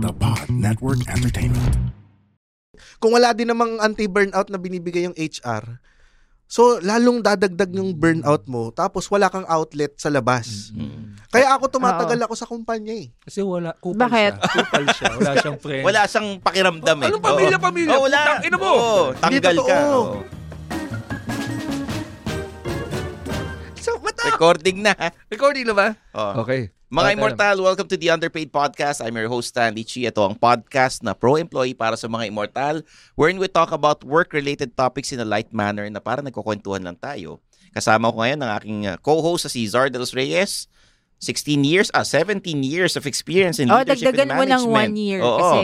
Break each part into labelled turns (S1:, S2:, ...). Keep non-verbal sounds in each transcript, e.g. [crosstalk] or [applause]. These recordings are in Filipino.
S1: The Pod Network Entertainment.
S2: Kung wala din namang anti-burnout na binibigay yung HR, so lalong dadagdag yung burnout mo tapos wala kang outlet sa labas. Kaya ako tumatagal ako sa kumpanya eh.
S3: Kasi wala, kupal
S4: Bakit?
S3: siya. Kupal siya. Wala siyang friend.
S5: Wala siyang pakiramdam eh.
S3: Anong pamilya,
S5: Oo.
S3: pamilya?
S5: Oo, wala.
S3: Putang ina mo.
S5: Oo, tanggal
S2: Hindi
S5: ka.
S2: totoo.
S5: Oo.
S3: So, mata!
S5: Recording na.
S3: Recording na ba?
S5: Oo.
S3: Okay.
S5: Mga
S3: Bakit
S5: Immortal, welcome to the Underpaid Podcast. I'm your host, Stanley Chi. Ito ang podcast na pro-employee para sa mga Immortal wherein we talk about work-related topics in a light manner na parang nagkukwentuhan lang tayo. Kasama ko ngayon ang aking uh, co-host sa si Zar de los Reyes. 16 years, ah, 17 years of experience in
S4: Oh,
S5: leadership and
S4: dagdagan mo
S5: management.
S4: ng one year
S5: Oo.
S4: kasi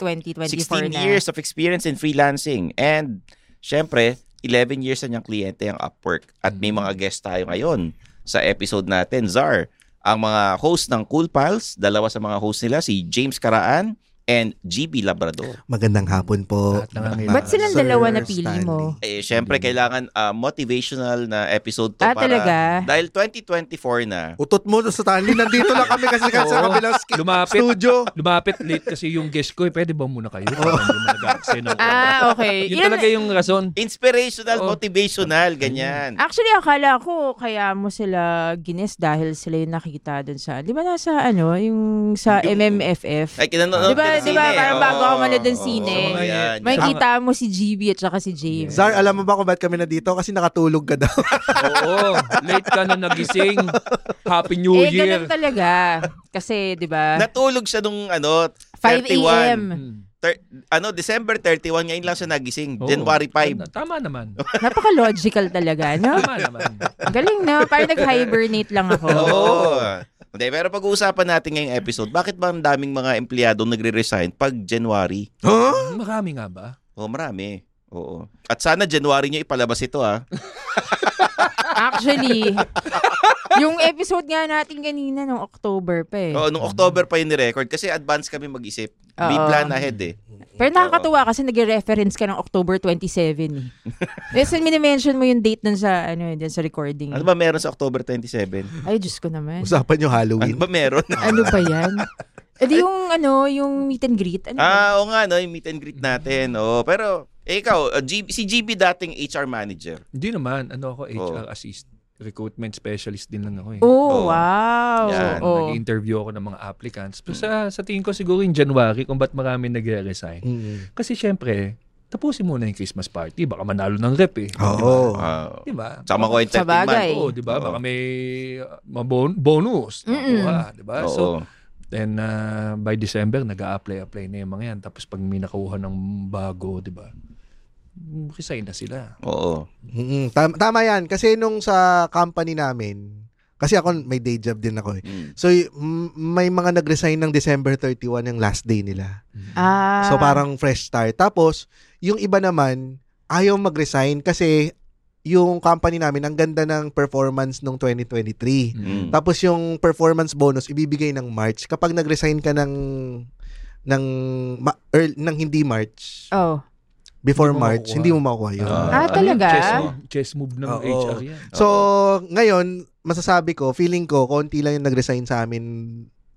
S4: 2024
S5: 16
S4: na.
S5: years of experience in freelancing. And, syempre, 11 years na niyang kliyente ang Upwork. At may mga guest tayo ngayon sa episode natin. Zar, ang mga host ng Cool Pals, dalawa sa mga host nila, si James Karaan and GB Labrador.
S2: Magandang hapon po.
S3: Lahat ng ang
S4: Ba't silang
S2: Sir
S4: dalawa na pili
S2: Stanley.
S4: mo?
S5: Eh, syempre, kailangan ah, motivational na episode to
S4: Ah,
S5: para...
S4: talaga?
S5: Dahil 2024 na.
S2: Utot mo sa Stanley. Nandito lang kami kasi ka sa
S3: Oo.
S2: kabilang sk-
S3: Lumapit.
S2: [laughs] studio.
S3: Lumapit late kasi yung guest ko. Eh, pwede ba muna kayo? Parang hindi mo nag-accent ng-
S4: Ah, okay.
S3: [laughs] Yun
S4: Yan-
S3: talaga yung rason.
S5: Inspirational,
S3: Oo.
S4: Oh.
S5: motivational, ganyan.
S4: Actually, akala ko kaya mo sila ginis dahil sila yung nakita dun sa, di ba nasa ano, yung sa MMFF?
S5: Ay, kinanonood
S4: Di ba-
S5: ka ng
S4: di ba,
S5: sine.
S4: parang bago ako manood ng
S5: Oo,
S4: sine.
S5: oo, yan.
S4: May
S5: Tama.
S4: kita mo si GB at saka si James.
S2: Zar, alam mo ba kung ba't kami na dito? Kasi nakatulog ka
S4: [laughs]
S2: daw.
S3: Oo. Late ka na nagising. Happy New
S4: eh,
S3: Year.
S4: ganun talaga. Kasi, di ba?
S5: Natulog siya nung ano,
S4: 5
S5: 31.
S4: a.m.
S5: Ter- ano, December 31, ngayon lang siya nagising.
S3: Oo.
S5: January 5.
S3: Tama naman.
S4: Napaka-logical talaga, no?
S2: [laughs]
S3: Tama naman.
S4: Galing na.
S5: [laughs]
S4: Parang nag-hibernate lang ako.
S5: [laughs] Oo. Hindi, pero pag-uusapan natin ngayong episode, bakit ba ang daming mga empleyado nagre-resign pag January?
S3: Marami nga ba?
S5: Oh, marami. Oo. At sana January nyo ipalabas ito ah.
S4: Actually, yung episode nga natin kanina nung October pa eh.
S5: Oo, nung October pa yun ni-record kasi advance kami mag-isip. May
S4: Oo.
S5: plan ahead eh.
S4: Pero nakakatuwa kasi nag-reference ka ng October 27 eh. Kasi minimension mo yung date dun sa, ano, eh, dun sa recording.
S5: Ano ba meron sa October
S4: [laughs]
S5: 27?
S4: Ay, Diyos ko naman.
S2: Usapan yung
S5: Ano
S2: Halloween.
S5: ba meron? [laughs]
S4: Ano ba yan? Eh di yung ano, yung meet and greet. Ano ba?
S5: ah, oo nga no, yung meet and greet natin. Oo, pero eh, ikaw, uh, G- si GB dating HR manager.
S3: Hindi naman. Ano ako, HR
S5: Oo.
S3: assist. Recruitment specialist din lang ako eh.
S4: Oh,
S5: Oo.
S4: wow. Oh.
S5: Yan,
S4: Oo.
S3: Nag-interview ako ng mga applicants. Pero sa, sa tingin ko siguro yung January kung ba't marami nagre-resign.
S2: Mm.
S3: Kasi syempre, tapusin muna yung Christmas party. Baka manalo ng rep eh.
S2: Oo.
S5: Ah,
S3: Di ba?
S5: sama ko yung 13
S4: Sabagay.
S5: month.
S3: Oo, di ba?
S5: Oo.
S3: Baka may uh, mabon- bonus.
S4: Mm-mm.
S3: Nakuha, di ba?
S5: Oo.
S3: So, then uh, by December, nag apply apply na yung mga yan. Tapos pag may nakuha ng bago, di ba? mm, Resign na sila.
S5: Oo.
S2: Mm-mm. Tam- tama yan. Kasi nung sa company namin, kasi ako may day job din ako eh.
S5: Mm.
S2: So, y- m- may mga nag-resign ng December 31 yung last day nila.
S4: Ah.
S2: So, parang fresh start. Tapos, yung iba naman, ayaw mag-resign kasi yung company namin, ang ganda ng performance nung 2023.
S3: Hmm.
S5: Mm.
S2: Tapos yung performance bonus ibibigay ng March kapag nag-resign ka ng ng ma- earl- ng hindi March,
S4: Oh.
S2: before
S3: Hindi mo
S2: March,
S3: makukuha.
S2: hindi mo makukuha yun.
S5: Ah.
S4: Ah,
S3: ano
S4: talaga?
S3: yun? Chess move, chess move ng
S2: Oo.
S3: HR yan.
S2: so, ngayon, masasabi ko, feeling ko, konti lang yung nag-resign sa amin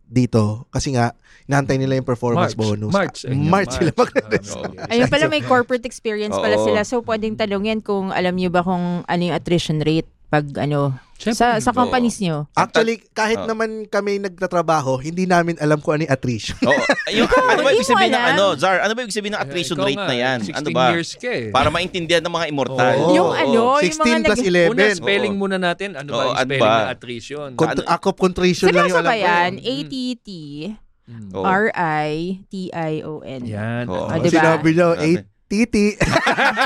S2: dito kasi nga, inaantay nila yung performance
S3: March,
S2: bonus. Mm,
S3: March. ayun,
S2: March sila
S3: Ah,
S2: mag-resign.
S3: okay.
S4: Ayun pala, may corporate experience pala
S5: Oo.
S4: sila. So, pwedeng talungin kung alam niyo ba kung ano yung attrition rate pag ano,
S3: Siyempre,
S4: sa, sa
S5: Oo.
S4: companies niyo.
S2: Actually, kahit
S5: Ah.
S2: naman kami nagtatrabaho, hindi namin alam kung ano yung
S4: [laughs]
S2: attrition.
S5: Oo. Yung, ano ba
S4: hindi
S5: ibig sabihin
S4: mo
S5: ng
S4: alam.
S5: ano, Zar? Ano ba ibig sabihin ng
S3: Eh,
S5: attrition
S3: Ikaw
S5: rate
S3: nga,
S5: na yan? Ano
S3: 16
S5: ba?
S3: years ka eh.
S5: Para maintindihan ng mga immortal.
S2: Oo.
S4: yung
S5: Oo.
S4: ano, yung mga
S2: 16 plus
S4: nag-
S3: Una,
S2: 11.
S3: spelling
S5: Oo.
S3: muna natin. Ano ba
S5: Oo,
S3: yung
S5: ano
S3: spelling
S5: ba?
S3: ng attrition?
S2: Cont-
S5: Ano-
S2: ako, contraction lang yung alam
S4: Seryoso ba
S2: ko. eh.
S4: yan? A-T-T-R-I-T-I-O-N.
S3: Mm.
S5: Oo.
S3: Yan.
S5: Oo.
S4: Ah,
S2: Oh,
S4: diba?
S2: Sinabi daw,
S5: Grabe.
S2: eight titi.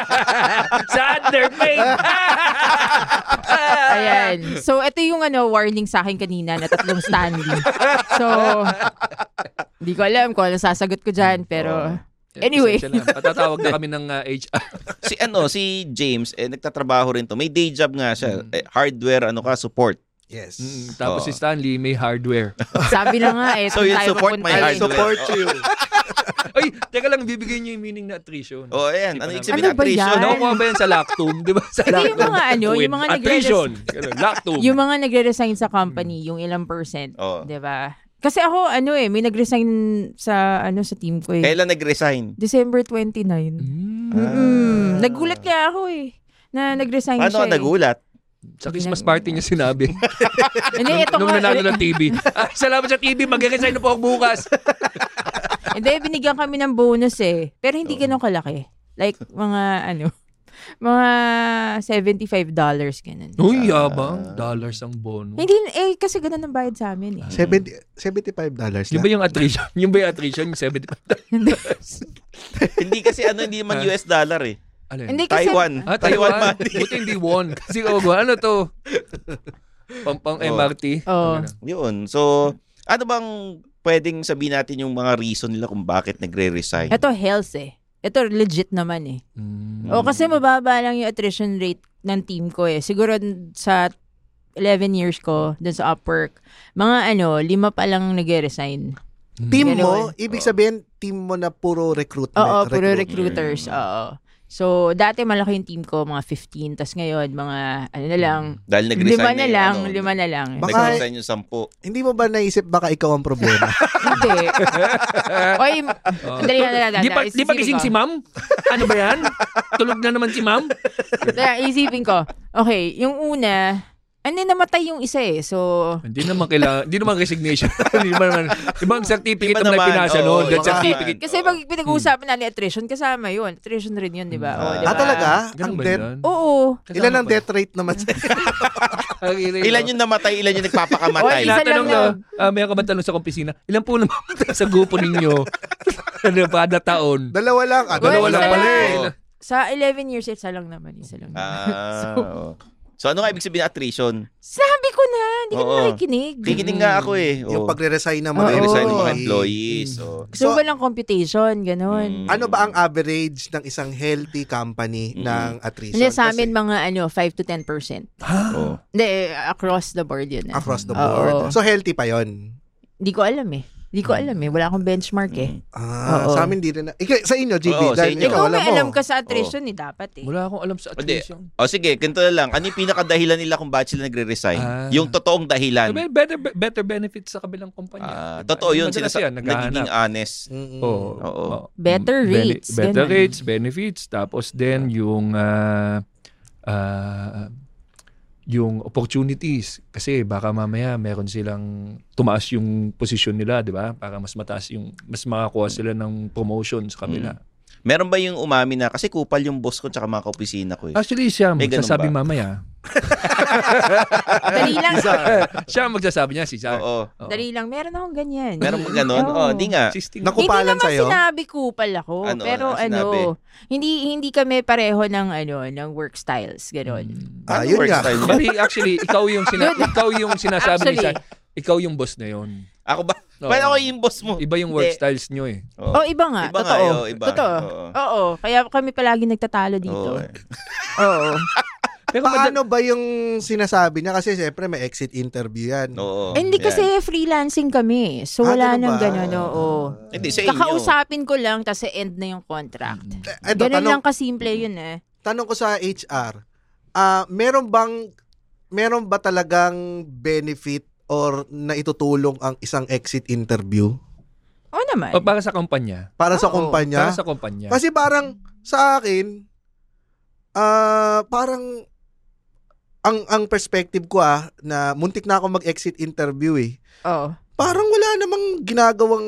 S2: [laughs]
S3: sa underpaid!
S4: Ayan. [laughs] So, ito yung ano, warning sa akin kanina na tatlong Stanley. So, hindi ko alam kung ano sasagot ko dyan,
S5: Mm.
S4: pero... Anyway.
S3: Pasensya na. Patatawag
S4: [laughs]
S3: na kami ng ah, HR.
S5: si ano, si James, eh, nagtatrabaho rin to. May day job nga siya.
S3: Hmm.
S5: Eh, hardware, ano ka, support.
S2: Yes.
S3: Mm, tapos
S5: Oo.
S3: si Stanley may hardware.
S4: [laughs] Sabi na nga eh.
S5: So,
S4: kung
S5: you
S4: tayo
S5: support my
S4: papunta
S5: hardware.
S4: eh.
S2: Support
S5: [laughs]
S2: you.
S3: Ay, teka lang, bibigyan niyo yung meaning na attrition.
S5: O, oh, ayan. Ano
S3: Hindi
S5: ibig
S3: pa
S5: sabihin ng
S4: namin- Ano ba
S5: attrition?
S4: yan?
S3: Nakukuha ba yan sa lactum? Di ba? Sa
S4: Hindi, yung
S3: lactum.
S4: mga ano, yung
S3: With
S4: mga nagre-
S3: Attrition. Ganun, Lactum.
S4: Yung mga nagre-resign sa company, yung ilang percent,
S5: Mm. Oo.
S4: 'di ba? Kasi ako ano eh, may nag-resign sa ano sa team ko eh.
S5: Kailan nag-resign?
S4: December 29.
S3: Mm.
S4: Mm-mm. Nagulat nga ako eh na nag-resign
S5: Paano
S4: siya.
S5: ka nagulat?
S3: Sa Christmas party niya sinabi.
S4: Eh. Hindi, ito
S3: nung
S4: nga,
S3: nanalo ng TV. Ah, salamat sa TV. Mag-resign na po ako bukas.
S4: Hindi, binigyan kami ng bonus eh. Pero hindi ganun kalaki. Like, mga ano, mga $75 ganun.
S3: Uy, yabang. Dollars ang bonus.
S4: Hindi, eh, kasi ganun ang bayad sa amin eh.
S2: 70, 75 dollars
S3: Yung
S2: lang.
S3: ba yung attrition? Yung ba yung attrition? Yung 75? [laughs]
S5: hindi kasi ano, hindi man US dollar eh.
S3: Ano yun?
S4: Hindi kasi,
S5: Taiwan.
S3: Ah, Taiwan.
S5: Taiwan money.
S3: Buti hindi won. Kasi ako, ano to? Pampang
S5: Oh.
S3: MRT. [laughs]
S4: Oh.
S3: Ano na?
S5: [laughs] Yun. So, ano bang pwedeng sabihin natin yung mga reason nila kung bakit nagre-resign?
S4: Ito health eh. Ito legit naman eh.
S3: Mm.
S4: O kasi mababa lang yung attrition rate ng team ko eh. Siguro n- sa 11 years ko dun sa Upwork, mga ano, lima pa lang nag-resign.
S2: Team
S4: Ganun.
S2: mo, ibig sabihin, team mo na puro recruitment.
S4: Oo, puro
S2: recruitment.
S4: recruiters. Oo. So, dati malaki yung team ko, mga 15. Tapos ngayon, mga ano na lang,
S5: Dahil nag-resign
S4: lima na
S5: yung,
S4: lang,
S5: ano,
S4: lima na lang.
S2: Baka-
S5: Nag-resign yung sampu.
S2: Hindi mo ba naisip baka ikaw ang
S4: [laughs]
S2: problema?
S4: Hindi. Oy, andali na na na.
S3: Di pa, di pa gising si ma'am? Ano ba yan? Tulog na naman si ma'am?
S4: Kaya isipin ko, okay, yung una, ano namatay yung isa eh. So,
S3: Hindi naman kailangan, hindi naman resignation. [laughs] hindi naman, naman, ibang certificate
S5: Iba
S3: naman,
S5: naman,
S3: pinasa
S5: oo,
S3: noon.
S5: iba
S3: Death
S5: naman.
S3: certificate.
S4: Kasi
S5: Oo. Hmm.
S4: pag pinag-uusapan natin attrition, kasama yun. Attrition rin yun, di ba? O, di ba?
S2: ah, talaga?
S3: Ganun
S2: Ang
S3: ba
S2: death?
S3: yun?
S4: Oo.
S3: Kasama
S2: Ilan ang
S3: ba yun?
S2: death rate naman
S4: [laughs]
S2: sa
S3: Ang ilan
S5: Ilan yung namatay, ilan yung
S4: [laughs]
S5: nagpapakamatay.
S4: Oy, isa- lang
S3: Tinatanong na,
S4: yun.
S3: ah, may kabatanong sa kompisina, ilan po namamatay [laughs] sa grupo ninyo? [laughs] ano, pada taon?
S2: Dalawa lang. Ah,
S4: Well,
S2: dalawa
S4: isa
S2: lang pala eh.
S5: Oo.
S4: Sa 11 years, isa lang naman. Isa lang naman.
S5: Ah, oo. so, ano nga ibig sabihin ng attrition?
S4: Sabi ko na, hindi ka na
S5: Oo.
S4: makikinig.
S5: Kikinig nga ako eh.
S2: Yung
S5: Oo.
S2: pagre-resign ng mga
S5: Nagre-resign
S4: Oo.
S5: yung mga employees.
S3: [gasps]
S5: oh. oo.
S4: Gusto mo ba ng computation, ganun.
S5: Mm.
S2: Ano ba ang average ng isang healthy company ng attrition?
S4: Hindi, sa amin
S2: Kasi
S4: mga ano, 5 to 10 percent.
S5: Oo.
S4: Hindi, eh, across the board yun. eh.
S2: across the
S4: Oo.
S2: board. So healthy pa yon.
S4: Hindi ko alam eh. Hindi
S5: Hmm.
S4: ko alam eh. Wala akong benchmark eh.
S2: Ah,
S4: Oo.
S2: sa amin di rin. Na, Ikaw- sa inyo, GB,
S5: Oo, sa
S2: dahil
S5: inyo.
S2: ikaw
S4: Ikaw
S2: alam
S4: may
S2: mo.
S4: alam ka sa attrition eh, dapat eh.
S3: Wala akong alam sa
S5: Hindi.
S3: attrition.
S5: O sige, ganito na lang. Ano yung pinakadahilan nila kung bakit sila nagre-resign?
S3: Ah.
S5: Yung totoong dahilan.
S3: Sabi, better better benefits sa kabilang kumpanya.
S5: Ah,
S3: Diba?
S5: totoo yun.
S3: Madalas
S5: Sila
S3: yan, Mm. naghahanap.
S5: nagiging honest.
S2: Mm-mm.
S3: Oo.
S5: Oo.
S3: Oo.
S4: Better
S5: Hmm.
S3: Bene-
S4: rates,
S3: better
S4: ganun.
S3: rates, benefits. Tapos then yung ah, ah, yung opportunities. Kasi baka mamaya meron silang tumaas yung posisyon nila, di ba? Para mas mataas yung, mas makakuha sila ng promotion
S5: Hmm.
S3: sa kabila.
S5: Meron ba yung umami na, kasi kupal yung boss ko tsaka mga kaopisina ko eh.
S3: Actually, siya ang
S5: May ganun
S3: magsasabi
S5: ba?
S3: mamaya.
S4: [laughs] Dali lang.
S3: siya [laughs] Oh. ang magsasabi niya, si Zara.
S5: Oo.
S3: Oo.
S4: [laughs] Dali lang. Meron akong ganyan.
S5: Meron mo ganun?
S4: Oo.
S5: Oo, di nga.
S3: Insisting-
S2: Nakupalan
S4: hindi naman
S2: sa'yo?
S4: sinabi kupal ako.
S5: Ano,
S4: pero
S5: ano
S4: ano,
S5: sinabi?
S4: hindi hindi kami pareho ng ano, ng work styles, gano'n.
S2: Ah,
S5: Ano
S2: yun
S5: work
S2: nga.
S5: style mo?
S3: Actually, actually, ikaw yung,
S4: [laughs]
S3: sina- ikaw yung sinasabi ni
S4: Actually.
S3: Zara. Ikaw yung boss na yun.
S5: Ako
S3: [laughs]
S5: ba?
S3: Oo.
S5: Paano ako yung boss mo?
S3: Oh. Iba yung work styles nyo eh.
S5: Oo.
S4: Oh, iba nga.
S5: Iba nga,
S4: totoo.
S5: oo, iba.
S4: Totoo.
S5: Oo.
S4: Oo. Kaya kami palagi nagtatalo
S5: Oo,
S4: dito.
S5: eh.
S4: Oo.
S3: Pero mada-
S2: Paano ba yung sinasabi niya? Kasi syempre may exit interview yan.
S5: Oo.
S4: Eh, Hindi
S5: yan.
S4: kasi freelancing kami. eh. So
S2: Ah,
S4: wala
S2: ganun
S4: nang
S2: ba?
S4: ganun, oo.
S5: Hindi, sa inyo.
S4: Kakausapin ko lang, tapos end na yung
S3: Hmm.
S4: contract.
S2: Eh, eto,
S4: Ganun
S2: tanong,
S4: lang kasimple yun eh.
S2: tanong ko sa HR, ah meron bang meron ba talagang benefit or naitutulong ang isang exit interview
S4: Oo naman.
S3: O, para sa kumpanya.
S2: para sa
S4: Oo,
S2: kumpanya?
S3: Para sa kumpanya.
S2: Kasi parang sa akin ah parang ang ang perspective ko ah na muntik na ako mag-exit interview eh.
S4: Oo.
S2: Parang wala namang ginagawang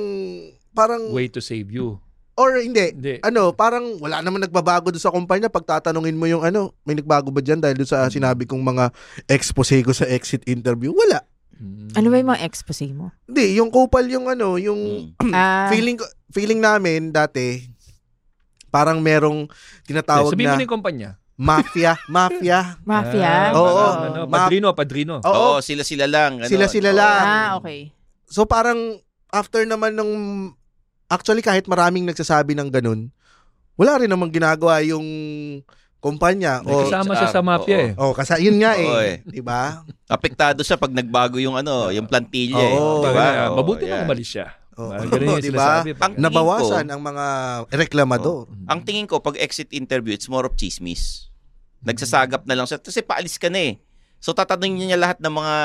S2: parang
S3: Way to save you.
S2: or hindi.
S3: Hindi.
S2: Ano, parang wala naman nagbabago doon sa kumpanya pag tatanungin mo yung ano, may nagbago ba diyan dahil doon
S3: Hmm.
S2: sa sinabi kong mga expose ko sa exit interview? Wala.
S3: Mm.
S4: Ano ba yung mga expose mo?
S2: Hindi, yung kupal yung ano, yung
S5: Mm.
S3: Hmm.
S2: [clears throat]
S4: Ah,
S2: feeling ko- feeling namin dati parang merong tinatawag
S3: Sabihin mo na
S2: na
S3: yung kumpanya.
S2: mafia,
S3: [laughs]
S2: mafia.
S3: Ah,
S4: mafia.
S2: Oo.
S3: parang ano,
S2: Ma-
S3: padrino, padrino.
S2: Oo.
S5: Oo, sila-sila lang. ganun.
S2: Sila-sila
S5: Oo.
S2: lang.
S4: Ah, okay.
S2: So parang after naman nung actually kahit maraming nagsasabi ng ganun, wala rin namang ginagawa yung kumpanya
S3: May
S2: o
S3: kasama siya sa mafia
S5: Ah, Oo.
S3: eh.
S2: Oh, kasi yun nga
S5: Oo,
S2: eh,
S5: eh.
S2: 'di
S3: [laughs]
S2: ba?
S5: Apektado siya pag nagbago yung ano, yung plantilla eh.
S2: Oo.
S5: Diba?
S3: Kaya,
S5: Oo,
S3: ah, mabuti
S5: yan.
S3: na umalis siya.
S2: Oo.
S3: Parang Ganun
S5: [laughs]
S3: yung
S2: Diba?
S3: sinasabi.
S5: Ang-
S3: Pag-
S2: Nabawasan ang mga reklamador.
S5: Ang tingin ko, pag exit interview, it's more of chismis. Nagsasagap na lang siya. Kasi paalis ka na eh. So tatanungin niya lahat ng mga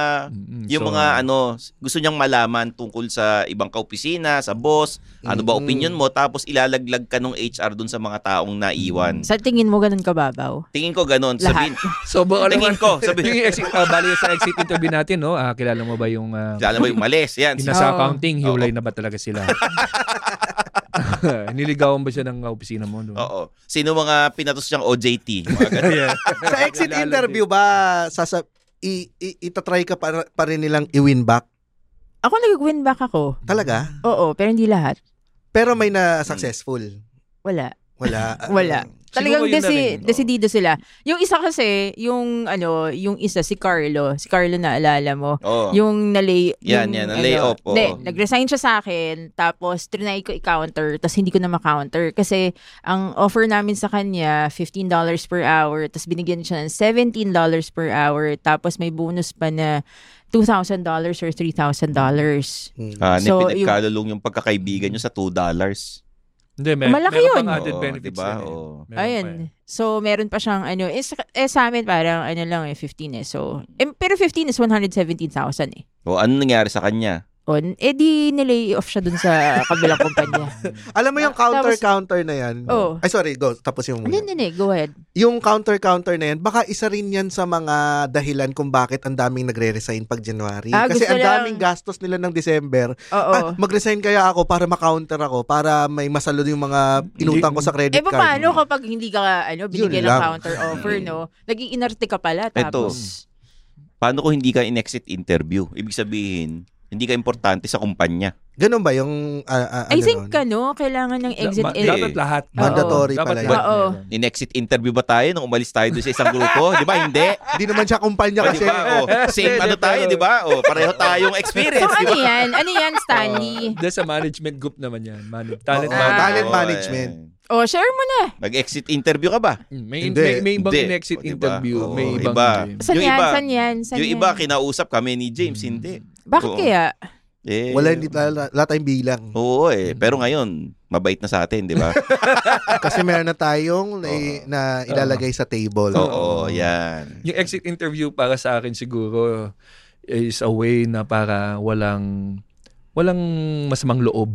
S3: Mm, so-
S5: yung mga ano, gusto niyang malaman tungkol sa ibang kaopisina, sa boss, ano ba
S2: Mm.
S5: opinion mo, tapos ilalaglag ka nung HR dun sa mga taong
S2: Mm-hmm.
S5: naiwan.
S4: Sa tingin mo ganun kababaw?
S5: Tingin ko ganun.
S4: Lahat.
S5: Sabihin,
S3: So, baka
S5: Tingin
S3: naman-
S5: ko, sabi-
S3: ano. [laughs] Yung exit, ah, bali sa exit interview natin, no? Ah, kilala mo ba yung ah,
S5: alam mo yung malis. Yan.
S3: yung nasa
S4: Oo.
S3: accounting, hiwalay na ba talaga sila?
S5: [laughs]
S3: [laughs] Niligawan ba siya ng opisina mo? no?
S5: Mm. Oo. Sino mga pinatos niyang
S4: [laughs]
S5: OJT? Mga ganun.
S3: [laughs]
S2: Sa exit interview ba sasa i, i, itatry ka pa, pa rin nilang i-win back?
S4: Ako nag-win back ako.
S2: Talaga?
S4: Oo, pero hindi lahat.
S2: Pero may na successful.
S4: Wala.
S2: Wala.
S4: [laughs] Wala.
S3: Siguro
S4: Talagang
S3: yun na
S4: desi,
S3: rin, oo.
S4: desidido sila. Yung isa kasi, yung ano, yung isa si Carlo, si Carlo naalala mo.
S5: Oo.
S4: Yung nalay
S5: Yan, yan, na-lay off, oo.
S4: Hindi, nag-resign siya sa akin, tapos trinay ko i-counter, tapos hindi ko na ma-counter. Kasi ang offer namin sa kanya, $15 per hour, tapos binigyan siya ng $17 per hour, tapos may bonus pa na $2,000 or $3,000.
S5: Ah,
S4: So,
S5: so,
S4: Mm. yung-
S5: pinagkalulong yung pagkakaibigan nyo sa $2.
S3: Hindi, may,
S4: Malaki
S3: meron
S4: yun.
S3: pang added
S5: Oo,
S3: benefits.
S5: diba?
S3: yun eh.
S5: Oo.
S3: Meron pa
S4: Ayun. So, meron pa siyang ano. Eh, sa, eh, sa amin parang ano lang eh, 15 eh. So, eh, pero 15 is 117,000 eh.
S5: O, ano nangyari sa kanya?
S4: On, eh di nilay off siya dun sa
S5: [laughs]
S4: kabilang kumpanya.
S2: Alam mo yung
S4: Ah, tapos- Oh.
S2: counter-counter na yan?
S4: Oo.
S2: Ay, sorry. Go. Tapos yung
S4: Ano
S2: muna.
S4: yun eh, go ahead.
S2: Yung counter-counter na yan, baka isa rin yan sa mga dahilan kung bakit ang daming nagre-resign pag January.
S4: Ah,
S2: Kasi
S4: gusto
S2: ang
S4: lang-
S2: daming gastos nila ng December.
S4: Oo.
S2: Ah, mag-resign kaya ako para ma-counter ako, para may masalo yung mga inutang ko sa credit
S4: eh,
S2: card.
S4: paano kapag hindi ka ano,
S2: Yun
S4: binigyan ng
S2: lang.
S4: counter offer, no? Naging inarte ka pala tapos.
S2: Hmm.
S5: Paano kung hindi ka in-exit interview? Ibig sabihin, hindi ka importante sa kumpanya.
S2: Ganun ba yung... ah, ah,
S4: I
S2: ano
S4: think
S2: nun?
S4: ano, kailangan ng exit
S3: Ma-
S4: and
S5: Eh,
S3: Dapat lahat.
S2: Mandatory
S3: Dapat
S2: pala yan.
S3: lahat
S4: Oo.
S3: meron.
S5: In-exit interview ba tayo nung umalis tayo doon sa isang grupo? di ba? Hindi.
S2: Hindi naman siya kumpanya
S5: O, di
S2: kasi.
S5: ba? O,
S2: [laughs]
S5: same ano tayo, di ba? O, pareho tayong
S4: So
S5: experience, di
S4: ano
S5: ba?
S4: yan? Ano
S2: [laughs]
S4: yan, Stanley?
S3: Doon sa management group naman yan. Manag- talent
S4: Ah.
S2: Oo,
S3: management.
S2: Ah, talent
S5: Oo,
S2: management.
S5: eh.
S4: Oh, share mo na.
S5: Mag-exit Oh, interview ka ba?
S3: Mm, May,
S2: Hindi.
S3: may, may ibang
S5: Hindi.
S3: exit
S5: O, di ba?
S3: interview.
S5: Oo,
S3: may ibang...
S5: iba.
S4: San
S5: Yung
S4: yan?
S5: iba-
S4: San yan? San
S5: yung
S4: yan?
S5: iba, kinausap kami ni James,
S3: Mm.
S5: hindi.
S4: Bakit
S5: Oo.
S4: kaya?
S5: Eh,
S2: Wala, hindi tala- wala tayong bilang.
S5: Oo eh.
S4: Mm.
S5: Pero ngayon, mabait na sa atin, di ba?
S4: [laughs]
S2: Kasi meron na tayong na, na ilalagay sa table.
S5: Oo, yan.
S3: Yung exit interview para sa akin siguro is a way na para walang walang masamang loob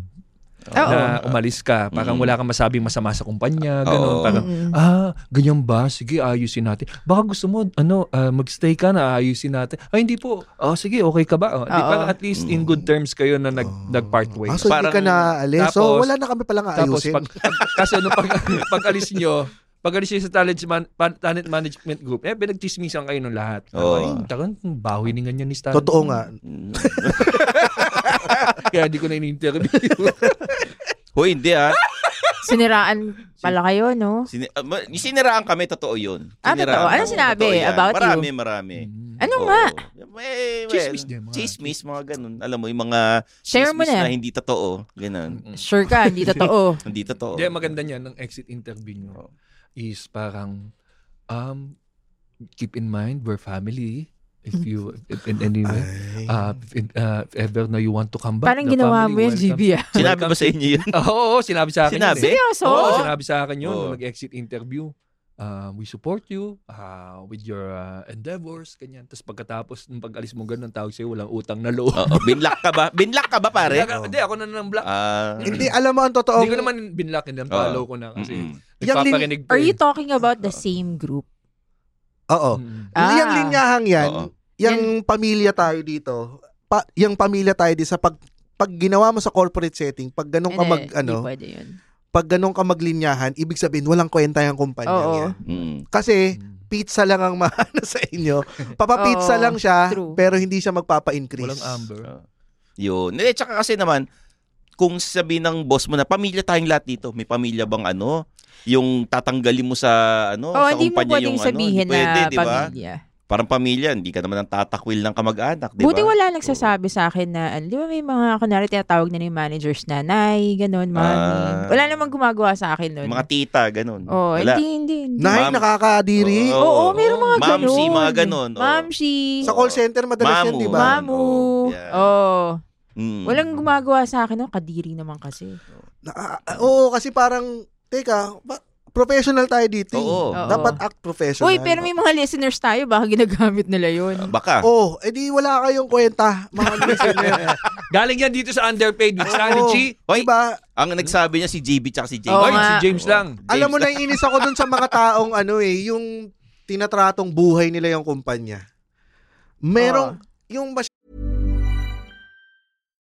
S4: Ah, Oo.
S3: na umalis ka. Parang wala kang masabing masama sa kumpanya, ganun.
S5: Oo.
S3: Parang,
S4: Mm.
S3: ah, ganyan ba? Sige, ayusin natin. Baka gusto mo, ano, ah, magstay ka na, ayusin natin. Ay, hindi po. Oh, sige, okay ka ba? Oh, di,
S4: Oo.
S3: parang at least in good terms kayo na nag, nag-part ways.
S2: Ah, so
S5: Parang-
S2: hindi ka na alis.
S3: Tapos-
S2: So wala na kami palang
S3: Tapos
S2: aayusin.
S3: pag, pag kasi ano pag [laughs] pag-alis niyo, pag-alis niyo sa talent man, pa- talent management group, eh pinagtismisan kayo ng lahat.
S5: Oo.
S3: Ay, takan bawi ni ganyan ni Stan.
S2: Totoo nga.
S3: Kaya di ko na in-interview.
S5: Hoy, hindi ah.
S4: Siniraan pala kayo, no?
S5: Sini- ah, ma- siniraan kami, totoo yun.
S4: Ah, totoo.
S5: kami,
S4: Ano sinabi
S5: totoo yan.
S4: about you?
S5: marami, Marami,
S3: Mm.
S4: Ano
S5: Oo.
S4: nga?
S5: Eh, well,
S3: Chismis din, mga-
S5: Chismis, mga ganun. Alam mo, yung mga
S4: Share
S5: chismis
S4: mo na. Mm.
S5: na hindi totoo. Ganun.
S4: Sure ka, hindi
S5: [laughs]
S4: totoo.
S5: Hindi totoo. Oh.
S3: Hindi maganda niyan ng exit interview niyo is parang um keep in mind, we're family. If
S5: [laughs]
S3: you, if, in any way, uh, if, in- uh, if ever na you want to come back,
S4: Parang
S3: the
S4: ginawa
S3: family
S4: mo yan,
S3: welcome.
S4: GB ah.
S5: [laughs] Sinabi ba sa inyo yun?
S3: [laughs] Oo, oo, sinabi sa akin. yun
S5: Sinabi? Oh.
S3: eh.
S4: Seryoso?
S3: Oo,
S5: Oo.
S3: sinabi sa akin yun.
S5: Oo.
S3: nung Mag-exit interview. Um, we support you uh, with your uh, endeavors, ganyan. Tapos pagkatapos, nung pag-alis mo ganun, ang tawag sa'yo, walang utang na loob.
S5: Oo. Binlock ka ba? Binlock ka ba, Oh,
S4: [laughs]
S5: pare?
S3: Hindi, ako- Hindi, ako na nang block.
S5: Ah.
S2: Hindi, alam mo ang totoo.
S3: Hindi ko naman binlock, hindi. Ang follow ko na kasi
S5: Oh. Mm-mm.
S3: nagpaparinig pa
S4: Are
S3: eh.
S4: you talking about the same group?
S2: Oo.
S3: Mm.
S4: Ah.
S2: Yang linyahang yan,
S5: Oo.
S2: yung pamilya tayo dito, pa, yung pamilya tayo dito sa pag, pag ginawa mo sa corporate setting, pag ganun ka
S4: Hindi,
S2: mag, ano,
S4: Hindi Eh, pwede yun.
S2: pag ganun ka maglinyahan, ibig sabihin, walang kwenta yung kumpanya
S4: Oo.
S2: niya.
S5: Mm.
S2: Kasi, pizza lang ang [laughs] maano sa inyo. Papapizza
S4: Oo,
S2: lang siya,
S4: true.
S2: pero hindi siya magpapa-increase.
S3: Walang amber. ah.
S5: Yun. Eh, tsaka kasi naman, kung sabi ng boss mo na pamilya tayong lahat dito, may pamilya bang ano? Yung tatanggalin mo sa ano,
S4: Oh,
S5: sa
S4: hindi mo
S5: kumpanya
S4: pwedeng
S5: yung
S4: sabihin
S5: ano, hindi pwede,
S4: na
S5: di ba?
S4: pamilya.
S5: Parang pamilya, hindi ka naman ang tatakwil ng kamag-anak, di ba?
S4: Buti wala nagsasabi sa akin na, ano, di ba may mga, kunwari tinatawag na ni managers na, nay, ganun, mami.
S5: Ah.
S4: wala namang gumagawa sa akin nun.
S5: Mga tita, ganun.
S4: Oo,
S5: Wala.
S4: Oh, eh, hindi, hindi, hindi.
S2: Nay,
S5: Ma'am.
S2: nakakadiri.
S5: Oo.
S4: Oo, meron mga
S5: Ma'am,
S4: ganun.
S5: si, mga ganun, oo.
S4: Mamsi.
S2: Sa call center, madalas yan,
S5: Mamu.
S2: di ba?
S5: Ma'am.
S4: Mamu.
S5: Oo, yeah.
S4: Oo.
S5: Mm.
S4: Walang gumagawa sa akin. nun. Kadiri naman kasi.
S2: Na- ah, ah, oo, kasi parang, teka, ba- professional tayo dito. eh.
S5: Oo.
S4: Oo.
S2: Dapat act professional.
S4: Uy, pero may mga listeners tayo. Baka ginagamit nila
S5: Ah,
S4: yun.
S5: Baka.
S2: Oh, edi wala kayong kwenta, mga listener.
S3: Galing yan dito sa underpaid with Stanley
S2: Oo.
S3: Chi.
S5: Hoy,
S2: diba?
S5: ang nagsabi niya si JB tsaka si James.
S4: Oo
S3: Oy,
S4: nga.
S3: si James lang.
S2: Alam mo, naiinis ako dun sa mga taong ano eh, yung tinatratong buhay nila yung kumpanya. Merong, yung mas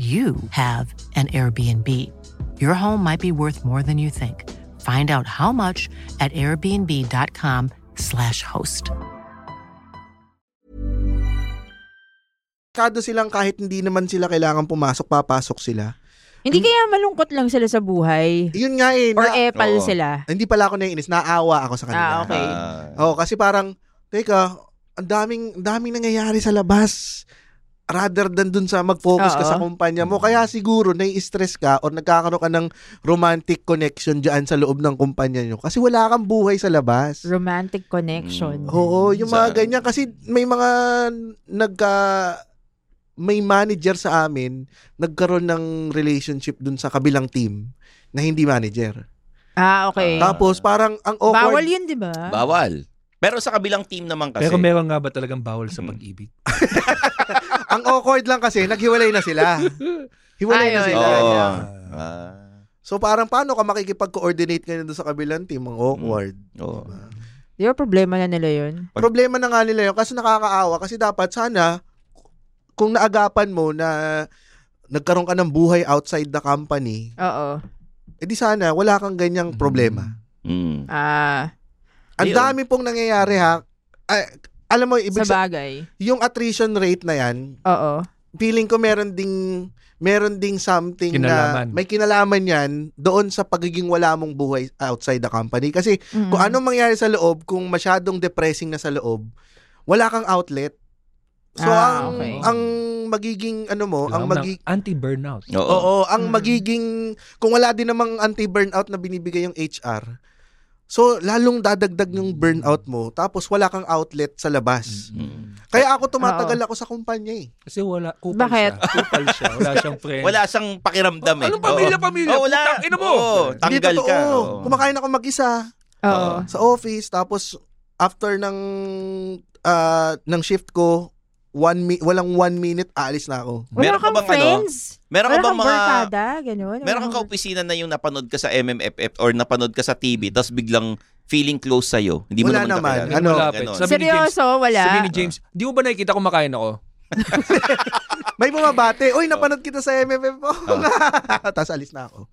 S6: you have an Airbnb. Your home might be worth more than you think. Find out how much at airbnb.com/slash host.
S2: kado silang kahit hindi naman sila kailangan pumasok, papasok sila.
S4: Hindi kaya malungkot lang sila sa buhay.
S2: Yun nga eh.
S4: Or
S2: na-
S4: epal
S5: oo.
S4: sila.
S2: hindi pala ako naiinis, naawa ako sa kanila.
S4: Ah, okay.
S5: Ah.
S2: Oo, kasi parang, teka, ang daming, ang daming nangyayari sa labas rather than dun sa mag-focus ka
S4: Oo.
S2: sa kumpanya mo. Kaya siguro, nai-stress ka or nagkakaroon ka ng romantic connection dyan sa loob ng kumpanya nyo. Kasi wala kang buhay sa labas.
S4: Romantic
S5: Mm.
S4: connection.
S2: Oo, yung
S5: Sa-
S2: mga ganyan. Kasi may mga nagka... May manager sa amin, nagkaroon ng relationship dun sa kabilang team na hindi manager.
S4: Ah, okay.
S5: Ah,
S2: Tapos parang ang awkward.
S4: Bawal yun, di ba?
S5: Bawal. Pero sa kabilang team naman kasi.
S3: Pero meron nga ba talagang bawal sa
S5: Mm.
S3: pag-ibig?
S2: ang awkward lang kasi, naghiwalay na sila. Hiwalay na
S4: Ayun.
S2: sila.
S5: Oo.
S4: Yeah.
S5: Ah.
S2: So parang paano ka makikipag-coordinate ngayon doon sa kabilang team? Ang awkward.
S5: Oo.
S4: Di ba problema na nila yun?
S5: Mm. Pag-
S2: Problema na nga nila yun kasi nakakaawa kasi dapat sana kung naagapan mo na nagkaroon ka ng buhay outside the company,
S4: Oo.
S2: edi sana wala kang ganyang problema.
S5: Mm.
S4: Ah,
S2: Ang
S5: Ayun.
S2: dami pong nangyayari ha. Ay, alam mo, ibig sa,
S4: sa bagay.
S2: yung attrition rate na yan,
S4: Oo.
S2: feeling ko meron ding meron ding something
S3: Kinalaman.
S2: na may kinalaman yan doon sa pagiging wala mong buhay outside the company kasi
S4: Mm.
S2: kung ano- anong mangyari sa loob kung masyadong depressing na sa loob wala kang outlet so
S4: Ah,
S2: ang
S4: okay.
S2: ang magiging ano mo
S3: Kailangan ng
S2: ang magi
S3: Diba? anti-burnout.
S5: Oo.
S2: Oo, ang
S4: Mm.
S2: magiging kung wala din namang anti-burnout na binibigay yung HR. So lalong dadagdag yung burnout mo tapos wala kang outlet sa labas.
S5: Mm.
S2: Kaya ako tumatagal ako sa kumpanya eh.
S3: Kasi wala, kupal
S4: Bakit?
S3: siya. Kupal siya. Wala siyang friend.
S5: Wala siyang pakiramdam eh.
S3: Anong Ano, pamilya,
S5: Oo.
S3: pamilya?
S5: Oo, wala.
S3: Putang ina mo.
S5: Oo,
S2: Hindi
S5: tanggal
S2: totoo.
S5: ka. Oo.
S2: Kumakain ako mag-isa
S4: Oo.
S2: sa office tapos after ng ah, ng shift ko one mi- walang one minute aalis na ako.
S4: Wala
S5: Meron ka
S4: kang
S5: bang ano?
S4: friends?
S5: Meron ka
S4: Wala
S5: bang
S4: kang
S5: mga...
S4: barkada? Ganun?
S5: Meron
S4: Wala
S5: kang kaopisina na yung napanood ka sa MMFF or napanood ka sa TV tapos biglang feeling close sa'yo. Hindi mo
S2: Wala
S5: naman,
S2: naman.
S5: kakilala.
S2: Ano?
S3: Malapit.
S5: Ganon.
S3: Sabi- ni James,
S4: Seryoso, wala.
S3: Sabi ni James, di mo ba nakikita kumakain ako?
S2: May bumabate,
S5: Oh.
S2: "Uy, napanood kita sa
S5: [laughs]
S2: MMM." Oo nga. [laughs] tapos alis na ako.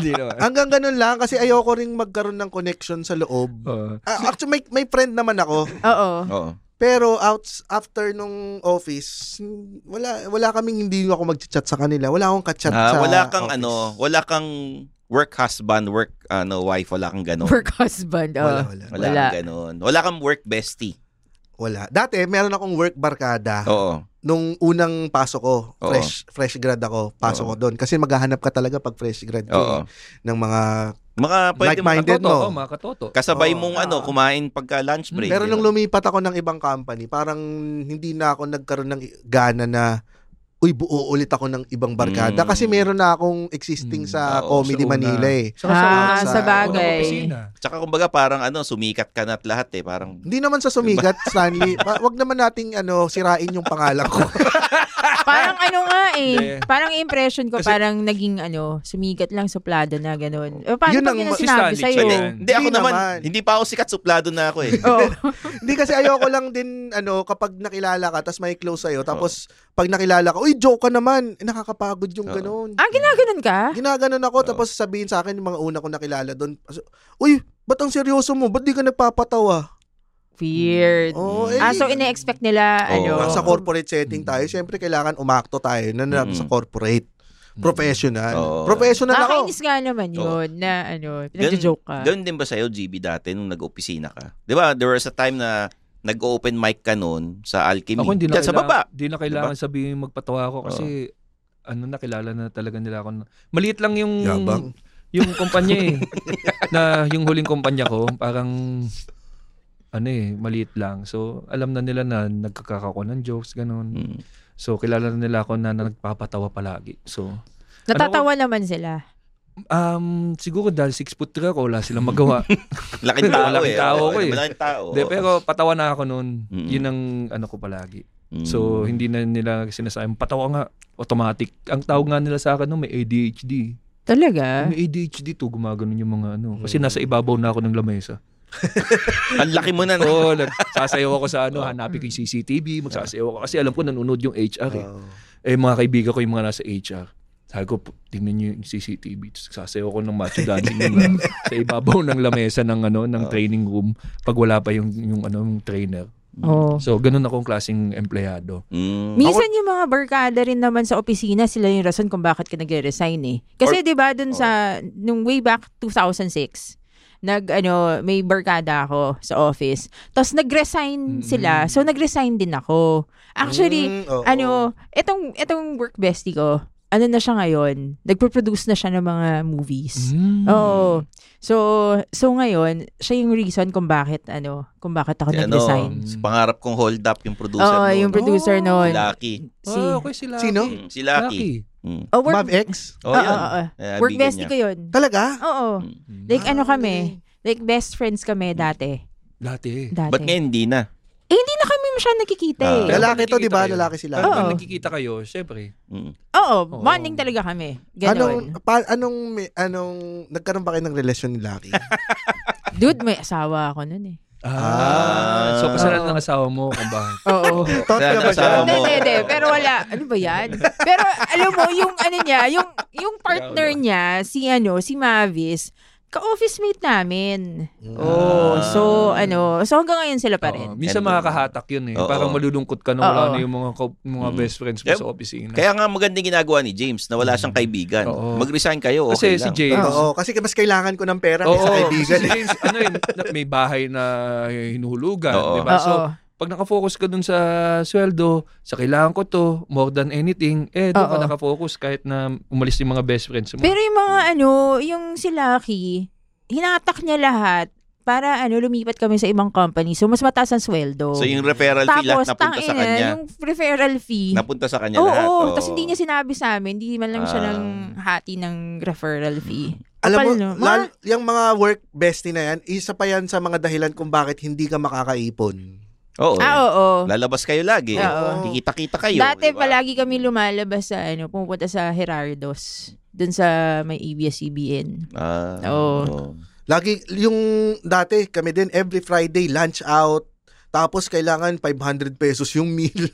S3: Hindi naman.
S2: Hanggang ganun lang kasi ayoko ring magkaroon ng connection sa loob.
S3: Oo.
S2: Ah, actually, may, may friend naman ako.
S4: Oo.
S5: Oo.
S2: Pero outs after nung office, wala wala kaming hindi ako mag-chat sa kanila. Wala akong ka-chat
S5: Ah,
S2: sa
S5: wala kang
S2: office.
S5: ano, wala kang work husband, work ano, wife, wala kang ganon.
S4: Work husband. oo.
S2: Wala, wala.
S5: wala,
S4: wala.
S5: kang ganon. Wala kang work bestie.
S2: Wala. Dati meron akong work barkada
S5: Oo.
S2: nung unang pasok ko.
S5: Oo.
S2: Fresh fresh grad ako. Pasok
S5: Oo.
S2: ko doon kasi maghahanap ka talaga pag fresh grad ka
S5: Oo.
S2: eh, ng mga
S5: Mga pwede mo-
S2: Like-minded
S3: Katoto,
S2: mo.
S3: oh, mga katoto.
S5: kasabay
S2: Oo.
S5: mong ano, kumain pagka lunch break.
S2: Pero nung
S5: ganon.
S2: lumipat ako ng ibang company, parang hindi na ako nagkaroon ng gana na uy, buo ulit ako ng ibang barkada
S5: Mm. Ah,
S2: kasi meron na akong existing
S3: Mm.
S2: sa
S5: Oo,
S2: Comedy
S3: sa una.
S2: Manila eh.
S3: Saka sa
S4: Ah,
S3: unang-
S2: sa
S4: bagay.
S3: unang opisina.
S5: Tsaka kumbaga parang ano, sumikat ka na at lahat eh, parang
S2: Hindi naman sa sumigat,
S5: Diba?
S2: Stanley. Pa- Wag naman nating ano, sirain yung pangalan ko.
S4: [laughs] Parang ano nga
S3: Hindi.
S4: eh. Parang impression ko,
S3: Kasi-
S4: parang naging ano, sumigat lang, suplado na, ganun. O, paano
S2: Yun
S4: pag
S2: ang-
S4: yun ang
S3: si
S4: sinabi
S3: Stanley,
S4: sa'yo?
S5: Hindi,
S3: Ayun.
S5: hindi ako
S2: Hindi
S5: naman,
S2: naman.
S5: hindi pa ako sikat, suplado na ako eh.
S3: [laughs]
S4: Oo.
S2: Hindi kasi ayoko lang din ano kapag nakilala ka tapos may close sa'yo tapos pag nakilala ka, uy, joke ka naman. Eh, Nakakapagod yung
S5: Oo.
S2: ganun.
S4: Ah, ginaganon ka?
S2: Ginaganon ako
S5: Oo.
S2: tapos sabihin sa akin yung mga una ko nakilala doon. Uy, ba't ang seryoso mo? Ba't di ka nagpapatawa?
S4: Weird.
S2: Oo, eh, Oh,
S4: Ah, so ine-expect nila,
S5: Oo.
S4: ano?
S5: Ah,
S2: sa corporate setting
S3: Mm.
S2: tayo, syempre kailangan umakto tayo na, na-
S5: Mm.
S2: sa corporate. Professional.
S5: Oo.
S2: Professional ako.
S4: Mm. Nakakainis nga naman
S5: Oo.
S4: yun na ano, nagjo-joke ka.
S5: Ganun din ba sa'yo, GB, dati nung nag-opisina ka? Di ba, there was a time na nag-open mic ka noon sa Alchemy.
S3: Ako hindi na
S5: Diyan sa baba.
S3: Hindi na kailangan sabihin magpatawa ako kasi ano nakilala na talaga nila ako. na- Maliit lang yung
S2: Yabang.
S3: yung kumpanya eh. na yung huling kumpanya ko parang ano eh, maliit lang. So alam na nila na nagkakaka ko ng jokes ganun.
S5: Mm.
S3: So kilala na nila ako na, na nagpapatawa palagi. So
S4: Natatawa naman sila.
S3: um siguro dahil 6 foot 3 ako wala silang
S5: [laughs]
S3: magawa.
S5: Laking tao
S3: Malaking
S5: eh.
S3: tao
S5: Oo,
S3: ko eh.
S5: Malaking tao.
S3: De, pero patawa na ako noon.
S5: Mm.
S3: Yun ang ano ko palagi.
S5: Mm.
S3: So hindi na nila sinasabi patawa nga automatic. Ang tawag nga nila sa akin no may ADHD.
S4: Talaga?
S3: May ADHD to gumaganon yung mga ano kasi nasa ibabaw na ako ng lamesa.
S5: Ang laki mo na.
S3: Oo, nagsasayaw ako sa ano, hanapin ko yung CCTV, magsasayaw ako kasi alam ko nanonood yung HR eh.
S2: Oo.
S3: Eh mga kaibigan ko yung mga nasa HR. Sabi ko, "Pu- tingnan niyo yung CCTV. Tapos Sasayaw ko ng macho dancing yung, sa ibabaw ng lamesa ng ano ng
S5: Oo.
S3: training room pag wala pa yung yung ano yung trainer.
S4: Oo.
S3: So ganun akong klaseng empleyado.
S5: Mm.
S4: Minsan yung mga barkada rin naman sa opisina, sila yung rason kung bakit ka nagre-resign eh. Kasi
S5: Or-
S4: 'di ba dun
S5: Oo.
S4: sa nung way back 2006, nag ano, may barkada ako sa office. Tapos nag-resign sila. So nag-resign din ako. Actually,
S2: Mm, oo.
S4: ano, etong etong work bestie ko, ano na siya ngayon? Nagpo-produce na siya ng mga movies.
S5: Mm.
S4: Oo. So, so ngayon, siya yung reason kung bakit, ano, kung bakit ako
S5: Si ano,
S4: nag-resign.
S5: si
S3: Hmm.
S5: pangarap kong hold up yung producer
S4: Oo,
S5: noon.
S4: yung producer
S3: Oh.
S4: noon.
S5: Si Lucky.
S4: Si,
S3: Ah, okay sila.
S2: Sino?
S5: Mm, Si Lucky. Mm.
S4: oh, work,
S2: Mav X?
S5: Oh,
S4: oo,
S5: yun.
S4: oo, oo.
S5: Eh,
S4: work
S5: bigyan
S4: bestie
S5: niya.
S4: ko yun.
S2: Talaga?
S4: Oo.
S5: Mm.
S4: Like ano
S2: Ah,
S4: kami, like best friends kami dati.
S3: Dati. eh.
S4: Dati.
S5: Ba't Hmm. ngayon hindi na?
S4: Eh, hindi na kami masyadong nakikita
S5: Ah.
S4: eh.
S3: Pero
S2: Lalaki to,
S3: nakikita
S2: di ba?
S3: kayo.
S2: Lalaki sila.
S3: Pero pag
S4: Oo.
S3: nakikita kayo, syempre.
S5: Mm.
S4: Oo,
S3: Oo.
S4: bonding talaga kami.
S2: Anong
S4: Ganon.
S2: pa, anong may- anong nagkaroon ba kayo ng relasyon ni Lucky?
S4: Dude, may asawa ako nun eh.
S3: Ah, so kasalanan
S4: Oo.
S3: ng asawa mo kung
S5: [laughs]
S3: bakit.
S4: Oo.
S2: Thought
S5: Kaya
S2: ka ba siya?
S5: nasawa
S4: Hindi,
S5: mo.
S4: hindi, hindi. Pero wala. Ano ba yan? Pero alam mo, yung ano niya, yung, yung partner niya, si ano, si Mavis, ka-office mate namin.
S3: Ah.
S4: Oh, so ano, so hanggang ngayon sila pa rin.
S3: Minsan makakahatak yun eh.
S5: Oo.
S3: Parang malulungkot ka nung
S4: Oo.
S3: wala na yung mga, ko- mga best friends mo
S5: Yep.
S3: sa opisina.
S5: Kaya nga magandang ginagawa ni James na wala siyang kaibigan.
S3: Oo.
S5: Mag-resign kayo,
S3: Kasi
S5: okay
S3: si
S5: lang.
S3: James,
S2: Oo, kasi mas kailangan ko ng pera kaysa kaibigan.
S3: kasi si James, ano eh, na- may bahay na hinuhulugan,
S5: Oo.
S3: di ba? So,
S4: Oo.
S3: pag nakafocus ka dun sa sweldo, sa kailangan ko to, more than anything, eh, doon ka
S4: Oo.
S3: nakafocus kahit na umalis yung mga best friends mo.
S4: Pero yung mga ano, yung si Lucky, hinatak niya lahat para ano lumipat kami sa ibang company. So mas mataas ang sweldo.
S5: So yung referral fee
S4: Tapos
S5: lahat napunta sa
S4: tangina,
S5: kanya.
S4: yung referral fee.
S5: Napunta sa kanya
S4: Oo,
S5: lahat.
S4: oo.
S5: oo.
S4: tapos hindi niya sinabi sa amin, hindi man lang siya
S5: Ah.
S4: ng hati ng referral fee.
S2: Alam mo,
S4: Kapal, no? Ma-
S2: lal- yung mga work bestie na yan, isa pa yan sa mga dahilan kung bakit hindi ka makakaipon.
S5: Oo. eh.
S4: ah, oo. Ah,
S5: Lalabas kayo lagi.
S4: Oo.
S5: Kikita-kita kayo. di
S4: Dati
S5: ba?
S4: palagi kami lumalabas sa ano, pumunta sa Gerardos, dun sa may ABS-CBN.
S5: Ah,
S4: Oo.
S5: oo.
S2: Lagi, yung dati, kami din, every Friday, lunch out. Tapos kailangan 500 pesos yung
S5: [laughs]
S2: meal.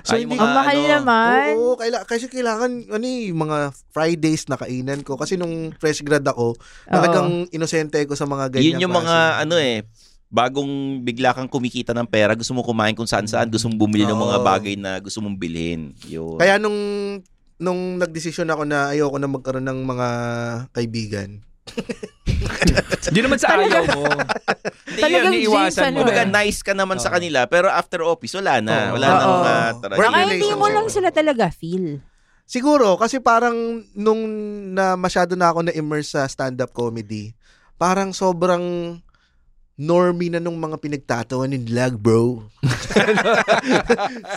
S2: so,
S5: Ah, yung
S2: hindi
S5: mga
S4: Ang mahal
S5: ano,
S4: naman.
S2: Oo, kaila- kasi kailangan ano eh, mga Fridays na kainan ko. Kasi nung fresh grad ako, talagang inosente ko sa mga ganyan.
S5: Yun yung mga ano eh, bagong bigla kang kumikita ng pera, gusto mo kumain kung saan-saan, gusto mong bumili ng mga
S2: Oo.
S5: bagay na gusto mong bilhin. Yun.
S2: Kaya nung nung nagdesisyon ako na ayoko na magkaroon ng mga kaibigan.
S3: Hindi naman sa ayaw mo.
S5: Hindi,
S4: Talagang
S5: yun,
S3: iniiwasan
S4: James,
S3: mo.
S4: ano,
S5: Kumbaga,
S4: eh.
S5: nice ka naman sa
S3: Oo.
S5: kanila, pero after office, wala na.
S3: Oo.
S5: Wala na
S4: Oo.
S5: mga tara-
S2: Work
S4: Baka hindi
S2: relationship.
S4: mo lang sila talaga feel.
S2: Siguro kasi parang nung na masyado na ako na immerse sa stand-up comedy, parang sobrang normie na nung mga pinagtatawa ni Lag,
S5: [laughs]
S2: bro.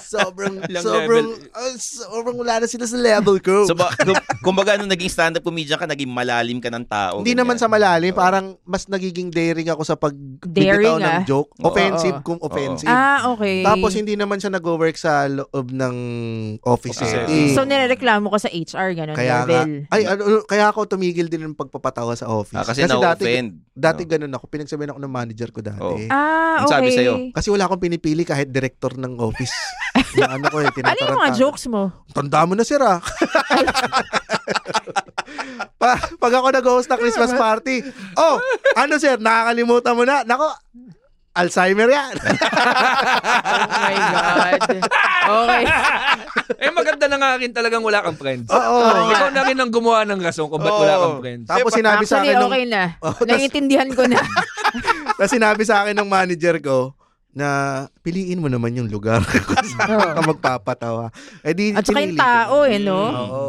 S2: sobrang,
S3: Ilang
S2: sobrang, ah, sobrang wala na sila sa level ko.
S5: So, ba, kum- kumbaga, nung naging stand-up comedian ka, naging malalim ka ng tao.
S2: Hindi
S5: ganyan.
S2: naman sa malalim,
S5: Oo.
S2: parang mas nagiging daring ako sa pag
S4: Daring,
S2: bibitaw ng
S4: ah.
S2: joke.
S5: Oo.
S2: Offensive
S4: Oo.
S2: kung offensive.
S4: Ah, okay.
S2: Tapos hindi naman siya nag-work sa loob ng office
S3: Office
S2: setting.
S4: So, nireklamo ka sa HR, ganun,
S2: kaya nga,
S4: level.
S2: ay, ano, kaya ako tumigil din ng pagpapatawa sa office.
S5: Ah, kasi,
S2: dati,
S5: na-offend. Oh.
S2: dati ganun ako. Pinagsabihan ako ng manager ko dati.
S5: Oo.
S4: Ah,
S5: Ang
S4: okay.
S5: sabi sa'yo?
S2: Kasi wala akong pinipili kahit director ng
S4: [laughs]
S2: office. yung ano ko eh,
S4: Ano yung mga
S2: tinataranta.
S4: jokes mo?
S2: Tanda mo na sira. [laughs] pa, pag ako nag-host ng Christmas
S4: Ano?
S2: party, oh, ano sir, nakakalimutan mo na. Nako, Alzheimer yan.
S5: [laughs]
S4: Oh my God. Okay.
S3: [laughs] eh, maganda na nga rin talagang wala kang friends.
S2: Oo.
S3: Ikaw na rin ang gumawa ng rason kung ba't wala
S5: Oo.
S3: kang friends.
S2: [laughs] Tapos sinabi sa akin
S4: Actually,
S2: nung,
S4: okay na.
S2: [laughs] Oh, tas-
S4: Nangintindihan ko
S2: [laughs]
S4: na.
S2: Tapos sinabi sa akin ng manager ko na piliin mo naman yung lugar [laughs] kung saan ka magpapatawa. Eh di
S4: At saka
S2: pinili
S4: yung
S2: ko. Mm.
S4: tao eh, no?
S2: Oo.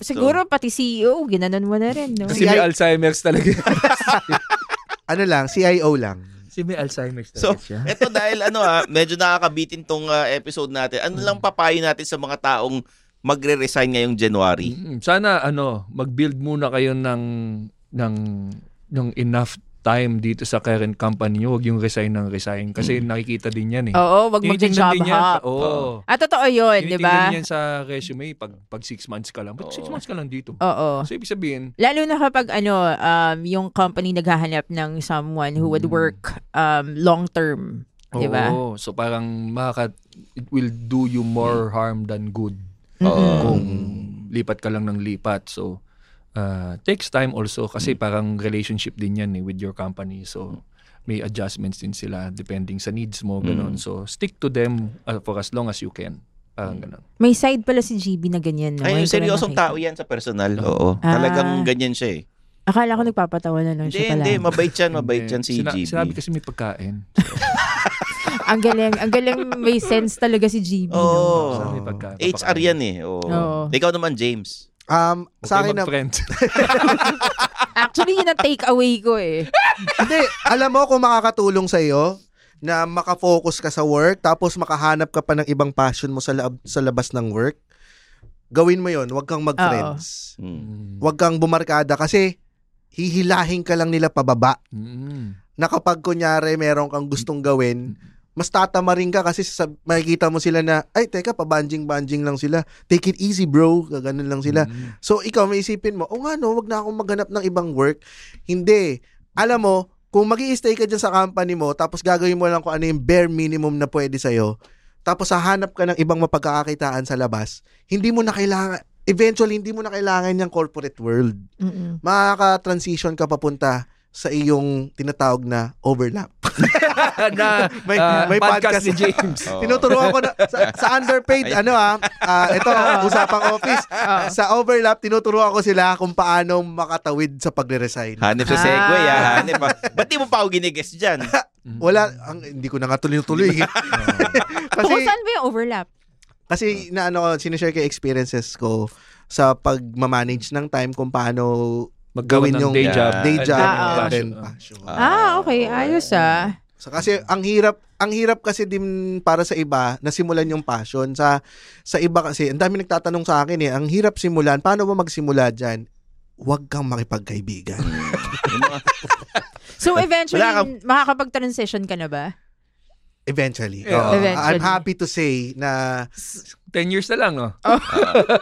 S4: Siguro pati CEO, ginanon mo na rin, no?
S3: Si may Alzheimer's talaga.
S2: Ano lang, CIO lang.
S3: si may Alzheimer's
S5: So, eto dahil ano ah, medyo nakakabitin tong ah, episode natin. Ano lang papayo natin sa mga taong magre-resign ngayong January?
S3: Mm,
S2: Mm-hmm.
S3: Sana ano, mag-build muna kayo ng ng ng enough time dito sa current company nyo. Huwag yung resign ng resign kasi nakikita din yan eh.
S4: Oo, wag
S3: Tinitingnan
S4: mag-job
S3: din yan.
S4: hop.
S3: Oo.
S4: Ah, totoo yun, di
S3: Tinitingnan
S4: ba?
S3: din yan sa resume pag pag six months ka lang. Ba't six months ka lang dito?
S4: Oo.
S3: So ibig sabihin,
S4: Lalo na kapag ano, um, yung company naghahanap ng someone who
S2: Mm.
S4: would work um, long term. Di ba?
S3: oo. So parang makaka it will do you
S4: Mm.
S3: more harm than good
S5: Oo.
S3: kung lipat ka lang ng lipat. So uh, takes time also
S4: Mm.
S3: kasi parang relationship din yan eh, with your company. So may adjustments din sila depending sa needs mo
S2: Mm.
S3: ganun. So stick to them uh, for as long as you can.
S4: Mm.
S3: Parang ganun.
S4: May side pala si GB na ganyan, no?
S5: Ay,
S4: Ngayon
S5: yung
S4: ko lang
S5: seryosong
S4: nakita.
S5: tao yan sa personal. Oo.
S4: Ah.
S5: Talagang ganyan siya eh.
S4: Akala ko nagpapatawa na lang
S5: Hindi,
S4: siya pala.
S5: hindi. Mabait
S2: Ano
S5: yan. Mabait
S3: And
S5: yan
S3: then,
S5: si
S3: sina-
S5: GB.
S3: Sinabi kasi may pagkain.
S4: ang galing, ang galing may sense talaga si GB.
S5: Oo.
S3: Sinabi may pagkain.
S5: HR yan eh. Oo.
S4: Oo.
S5: Ikaw naman, James.
S2: Um, sa akin na, [laughs]
S3: friend
S4: Actually, yun ang take away ko
S5: [laughs]
S4: eh.
S2: hindi, alam mo kung makakatulong sa iyo na makafocus ka sa work tapos makahanap ka pa ng ibang passion mo sa, laab- sa labas ng work, gawin mo yon Huwag kang mag-friends.
S5: Hmm.
S2: Huwag kang bumarkada kasi hihilahin ka lang nila pababa.
S3: Mm.
S2: na kapag kunyari meron kang gustong gawin, mas tatama rin ka kasi sa, makikita mo sila na, ay teka, pabanjing-banjing lang sila. Take it easy bro, ganun lang sila.
S3: Mm.
S2: So ikaw may isipin mo, oh nga no, wag na akong maghanap ng ibang work. Hindi. Alam mo, kung mag stay ka dyan sa company mo, tapos gagawin mo lang kung ano yung bare minimum na pwede sa'yo, tapos hahanap ka ng ibang mapagkakakitaan sa labas, hindi mo na kailangan, eventually hindi mo na kailangan yung corporate world
S4: Mm-mm.
S2: makaka-transition ka papunta sa iyong tinatawag na overlap.
S3: [laughs] na
S2: [laughs] may,
S3: ah,
S2: may
S3: podcast
S2: podcast,
S3: ni James. Oo.
S2: Tinuturuan ko na sa, sa underpaid
S3: Ay.
S2: ano ah, ah, ito usapang office. sa overlap tinuturuan ko sila kung paano makatawid sa pagre-resign.
S5: Hanip sa segue, ah. Hanip. ah. Ba't di mo pa ako ginigess dyan?
S3: Mm-hmm.
S2: Wala ang, hindi ko na nga tuloy-tuloy. [laughs]
S4: Kasi, Tungkol saan ba yung overlap?
S2: Kasi na ano ko, sinishare ko yung experiences ko sa pagmamanage ng time kung paano
S3: Magkaroon
S2: gawin
S3: ng
S2: yung
S3: day job.
S2: day
S3: And
S2: job
S3: then yung
S2: and
S3: passion.
S2: then passion.
S4: ah, okay. Ayos ah.
S2: So, kasi ang hirap ang hirap kasi din para sa iba na simulan yung passion sa sa iba kasi ang dami nagtatanong sa akin eh ang hirap simulan paano ba magsimula diyan huwag kang makipagkaibigan
S3: Mm.
S4: So eventually,
S2: Wala
S4: makakapag-transition ka na ba?
S2: eventually,
S3: Yeah.
S2: Oo.
S4: Eventually.
S2: I'm happy to say
S3: [laughs]
S2: na
S3: 10 years na lang, no?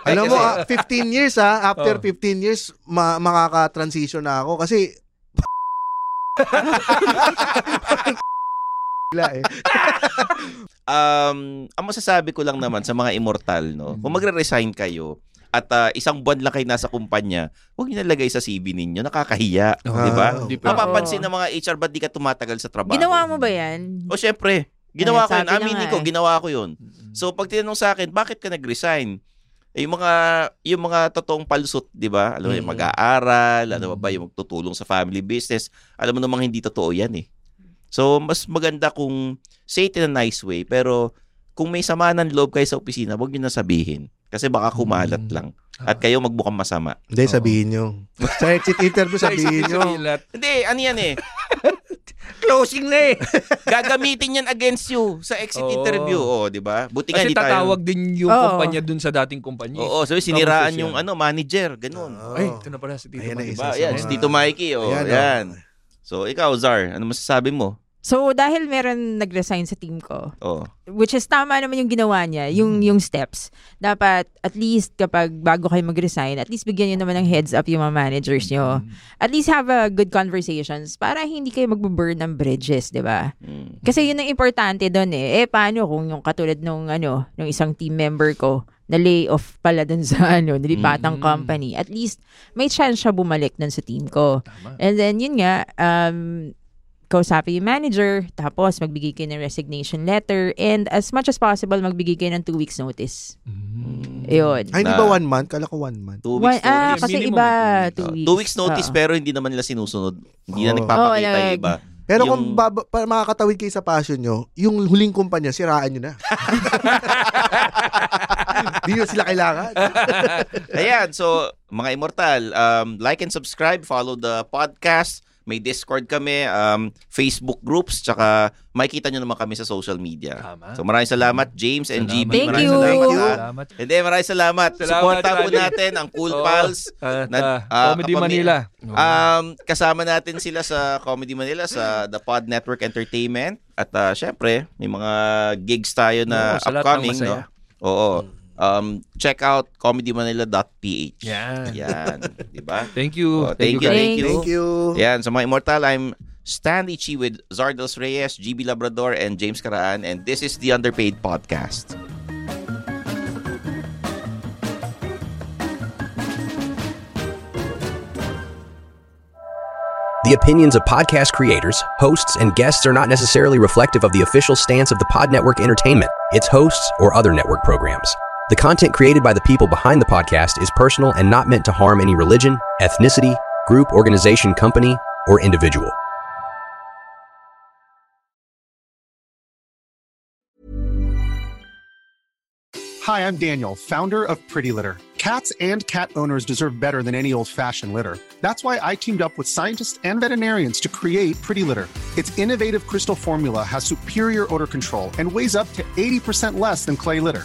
S2: alam mo ah, 15 years ah after
S3: Oo.
S2: 15 years ma- makaka-transition na ako kasi Bigla eh.
S5: um, ang masasabi ko lang naman sa mga immortal, no? Kung magre-resign kayo at ah, isang buwan lang kayo nasa kumpanya, huwag niyo nalagay sa CV ninyo. Nakakahiya.
S2: Ah,
S5: di ba?
S2: hindi
S3: pa.
S5: Mapapansin ng mga HR, ba't di ka tumatagal sa trabaho?
S4: Ginawa mo ba yan?
S5: O syempre, ginawa
S4: Ayan,
S5: ko yun.
S4: sabi na
S5: Aminin
S4: nga
S5: ko,
S4: eh.
S5: ginawa ko yun. So pag tinanong sa akin, bakit ka nag-resign? Eh, yung mga yung mga totoong palusot, 'di ba? Alam mo, yung
S2: Mm.
S5: mag-aaral, ano ba ba
S3: Mm.
S5: yung magtutulong sa family business. Alam mo namang hindi totoo 'yan eh. So mas maganda kung say it in a nice way, pero kung may sama ng loob kayo sa opisina, huwag niyo na sabihin kasi baka kumalat
S3: Mm.
S5: lang at kayo magmukhang masama.
S2: Hindi, sabihin nyo. Sa exit interview,
S3: Sa isip
S2: sabihin
S3: din
S2: nyo.
S3: sabihin lahat.
S5: Hindi, ano 'yan eh.
S3: Closing na eh.
S5: Gagamitin 'yan against you sa exit
S3: Oo.
S5: interview, oh, 'di ba? Buti nga
S3: Kasi
S5: hindi tayo
S3: tatawag din yung
S4: Oo.
S3: kumpanya dun sa dating kumpanya. eh.
S5: Oo, so siniraan
S3: Tapos
S5: yung
S3: yun.
S5: ano manager, ganun.
S2: Oo.
S3: Ay, ito na pala si Tito Diba?
S2: Ayan na
S3: Mike.
S2: isa
S5: Ba,
S2: sa
S5: yan,
S2: mga-
S5: si Tito Mikey, oh,
S2: Ayan,
S5: yan.
S2: oh.
S5: So, ikaw, Zar, ano masasabi mo?
S4: So dahil meron nag-resign sa team ko,
S5: Oh.
S4: which is tama naman yung ginawa niya, yung yung steps. Dapat at least kapag bago kayo mag-resign, at least bigyan niyo naman ng heads up yung mga managers niyo. At least have a good conversations para hindi kayo magbo-burn ng bridges, 'di ba?
S5: Mm.
S4: Kasi yun ang importante doon eh. Eh paano kung yung katulad nung ano, nung isang team member ko na lay off pala dun sa [laughs] ano, nilipatang company. At least may chance siya bumalik dun sa team ko. And then yun nga, um kausapin yung manager, tapos magbigay kayo ng resignation letter, and as much as possible, magbigay kayo ng two weeks notice. Ayun.
S2: Ay, hindi ba one month? Kala ko one month.
S5: Two
S4: One-
S5: weeks
S4: ah,
S5: notice.
S4: kasi
S3: Minimum
S4: iba,
S3: ay
S4: two
S5: Oh,
S4: weeks. ah.
S5: two weeks notice
S4: Oo.
S5: pero hindi naman nila sinusunod. Hindi na
S2: Oo.
S5: nagpapakita
S4: Oo,
S5: yung
S4: like-
S5: iba.
S2: Oh. Pero kung
S5: Yung-
S2: baba, para makakatawid kayo sa passion nyo, yung huling kumpanya, siraan
S1: [laughs]
S2: nyo na. Di nyo sila kailangan.
S5: Ayan, so mga immortal, um, like and subscribe, follow the podcast. May Discord kami, um, Facebook groups, tsaka makikita nyo naman kami sa social media.
S3: Tama.
S5: So maraming salamat, James and
S3: Salamat.
S5: GB.
S4: Thank
S5: maraming
S4: you.
S5: Salamat,
S4: Thank
S5: ah.
S3: Salamat.
S5: Hindi, maraming salamat.
S3: Salamat,
S5: Supporta po
S3: Roger.
S5: natin ang Cool
S3: Oo.
S5: Pals.
S3: At,
S5: Nat-
S3: ah,
S5: ah,
S3: Comedy
S5: kapami-
S3: Manila.
S5: Um, kasama natin sila sa Comedy Manila sa The Pod Network Entertainment at ah, syempre may mga gigs tayo
S3: Oo,
S5: na
S3: sa lahat ng
S5: upcoming no.
S3: masaya.
S5: Oo. Um, check out comedymanila.ph.
S3: Yan.
S5: Yan, 'di ba?
S3: [laughs] Thank you.
S5: Oh, thank you,
S3: guys.
S5: thank you.
S2: Thank you.
S5: Yan, sa mga immortal, I'm Stanley Chi with Zardos Reyes, GB Labrador, and James Caraan, and this is the Underpaid Podcast.
S7: The opinions of podcast creators, hosts, and guests are not necessarily reflective of the official stance of the Pod Network Entertainment, its hosts, or other network programs. The content created by the people behind the podcast is personal and not meant to harm any religion, ethnicity, group, organization, company, or individual.
S1: Hi, I'm Daniel, founder of Pretty Litter. Cats and cat owners deserve better than any old fashioned litter. That's why I teamed up with scientists and veterinarians to create Pretty Litter. Its innovative crystal formula has superior odor control and weighs up to 80% less than clay litter.